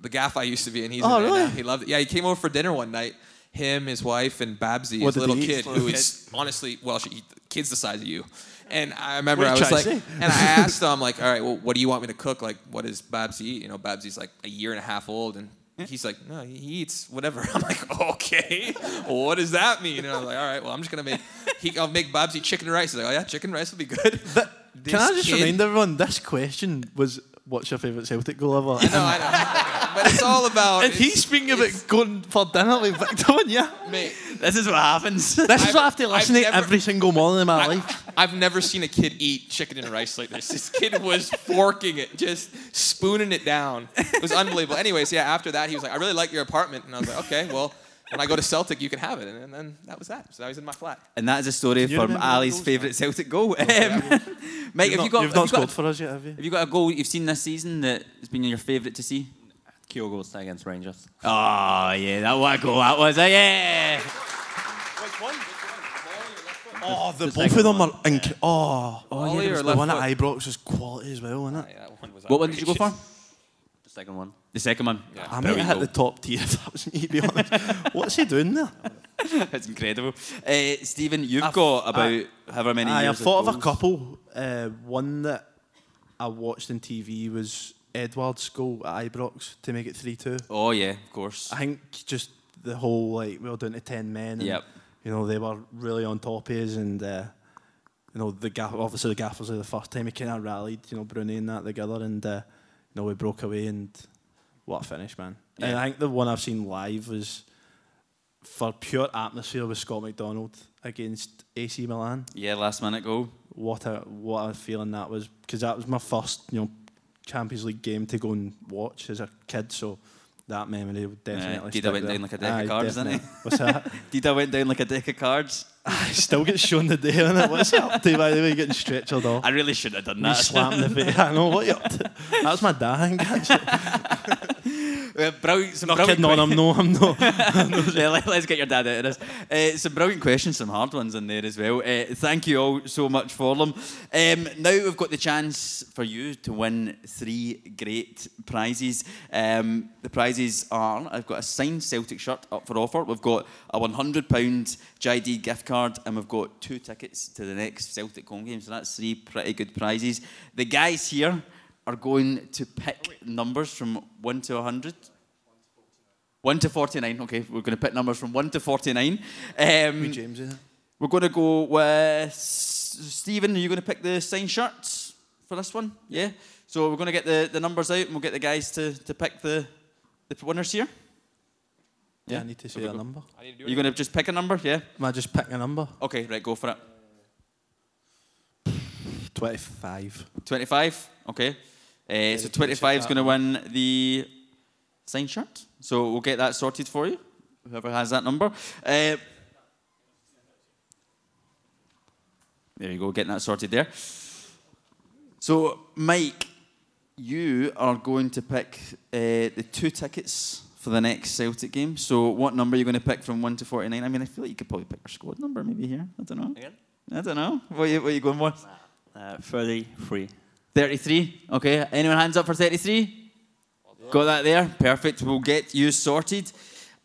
the gaff I used to be in, he's
Oh,
in there
really?
now. He loved it. Yeah, he came over for dinner one night. Him, his wife, and Babsy,
What
his
did
little
he eat?
kid,
Little
who is honestly, well, she, he, kid's the size of you. And I remember
What
I
did
was like,
Chai
and
say?
I
[laughs]
asked him, I'm like, all right, well, what do you want me to cook? Like, what does Babsy eat? You know, Babsy's like a year and a half old, and he's like, no, he eats whatever. [laughs] I'm like, okay, what does that mean? And I'm like, all right, well, I'm just gonna make, he, I'll make Babsy chicken rice. He's like, oh yeah, chicken rice will be good. This
Can I just
kid- [laughs]
remind everyone this question was what's your favourite Celtic goal ever?
I know, I know, but it's all
[laughs]
about.
and he's
it's-
speaking about going for dinner with Victor [laughs] and yeah.
mate.
This is what happens.
This is
I've-
what I have to
I've
listen to
never-
every single morning in my life.
I, have never seen a kid eat chicken and rice like this. This kid was forking it, just spooning it down. It was unbelievable. Anyways, yeah, after that, he was like, I really like your apartment. And I was like, okay, well, when I go to Celtic, you can have it. And, and then that was that. So now he's in my flat.
[laughs] And that is a story
you
from
remember
Ali's
those?
favourite Celtic goal. Um, [laughs] Mike,
Oh, You've
have you
not,
got have
you've not
you
scored
got,
for us yet, have you?
have you got a goal you've seen this season that has been your favourite to see?
Kyogo's against Rangers.
Oh yeah, that what a goal that was. eh? Yeah.
Oh, the,
the
both
second
of them
one.
are inc- oh,
Oh,
Ollie
yeah,
or
there was
the
left
one
foot?
at Ibrox is quality as well, isn't it?
Yeah, uh, that one was
What one did you go for?
outrageous.
The second one.
The second one.
Yeah.
Ah, I might have hit the top tier [laughs] if that was me, to be honest. What's he doing there?
[laughs] That's incredible. Uh, Stephen, you've
I've-
got about
I-
however [laughs] many
Aye,
years.
I've thought of a
goals.
couple. Uh, one that I watched on TV was Edward's goal at Ibrox to make it 3 2.
Oh yeah, of course.
I think just the whole, like, we were down to 10 men. And,
Yep.
You know, they were really on top of us and. Uh, you know, the gaff, obviously the gaffers are the first time he kind of rallied, you know, Bruni and that together and, uh, you know, we broke away and what a finish, man. And I think the one I've seen live was for pure atmosphere with Scott McDonald against AC Milan
Yeah, last minute goal.
what a what a feeling that was because that was my first you know Champions League game to go and watch as a kid. So that memory would definitely.
Dida
stick
went
there.
down like a deck of
Aye,
cards, didn't
definitely.
[laughs]
What's that?
Dida went down like a deck of cards.
Aye, Still gets shown the day on it. What's he up to by the way? Getting stretchered off.
I really should have done
Me
that.
slapping the face. I know what you up to. That's my dad. actually.
Uh, brilliant, some
Not
brilliant
kidding on
que-
him. No, I'm [laughs]
[laughs]
not.
Yeah, let- Let's get your dad out of this. Uh, some brilliant questions, some hard ones in there as well. Uh, thank you all so much for them. Um, now we've got the chance for you to win three great prizes. Um, the prizes are I've got a signed Celtic shirt up for offer, we've got a £100 JD gift card, and we've got two tickets to the next Celtic home game. So that's three pretty good prizes. The guys here are going to pick numbers from 1 to 100. 1 to 49. Okay, we're going to pick numbers from 1 to 49.
Me,
Um,
James. Isn't it?
we're going to go with S- Stephen. Are you going to pick the signed shirts for this one? Yeah. So we're going to get the, the numbers out and we'll get the guys to, to pick the, the winners here.
Yeah,
Yeah,
I need to say a number.
I need to do
You're going to just pick a number? Yeah.
Am I just picking a number?
Okay, right, go for it.
Twenty-five.
Um, 25. Okay. Uh, so
check
25 is
that
going to win the signed shirt. So we'll get that sorted for you, whoever has that number. Uh, there you go, getting that sorted there. So, Mike, you are going to pick uh, the two tickets for the next Celtic game. So, what number are you going to pick from 1 to 49? I mean, I feel like you could probably pick your squad number maybe here. I don't know.
Again?
I don't know. What are you, what are you going for?
Uh, 33.
33. Okay. Anyone hands up for 33? Got that there. Perfect. We'll get you sorted.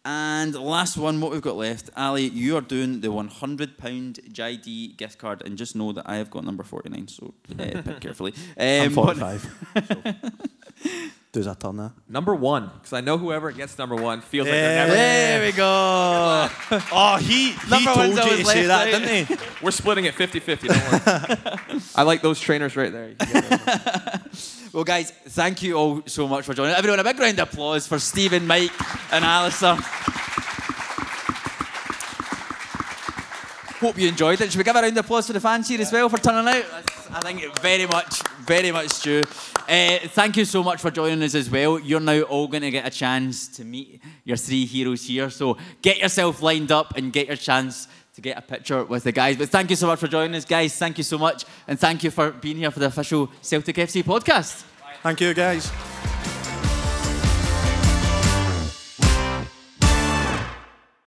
And last one, what we've got left. Ali, you are doing the £100 JD gift card. And just know that I have got number 49, so uh, pick
[laughs]
carefully.
I'm
Um, what-
45. so. [laughs] Does that turn that?
Number one, because I know whoever gets number one feels like they're never.
There we go.
Oh, he, he
Number one's
told you
always
to say
left
that,
out.
didn't he?
We're splitting it 50 50. Don't worry.
[laughs]
I like those trainers right there. You can get those.
Well, guys, thank you all so much for joining. Everyone, a big round of applause for Stephen, Mike, and Alistair. Hope you enjoyed it. Should we give a round of applause to the fans here as well for turning out? That's- I think it very much, very much, Stu. Uh, thank you so much for joining us as well. You're now all going to get a chance to meet your three heroes here. So get yourself lined up and get your chance to get a picture with the guys. But thank you so much for joining us, guys. Thank you so much. And thank you for being here for the official Celtic FC podcast.
Thank you, guys.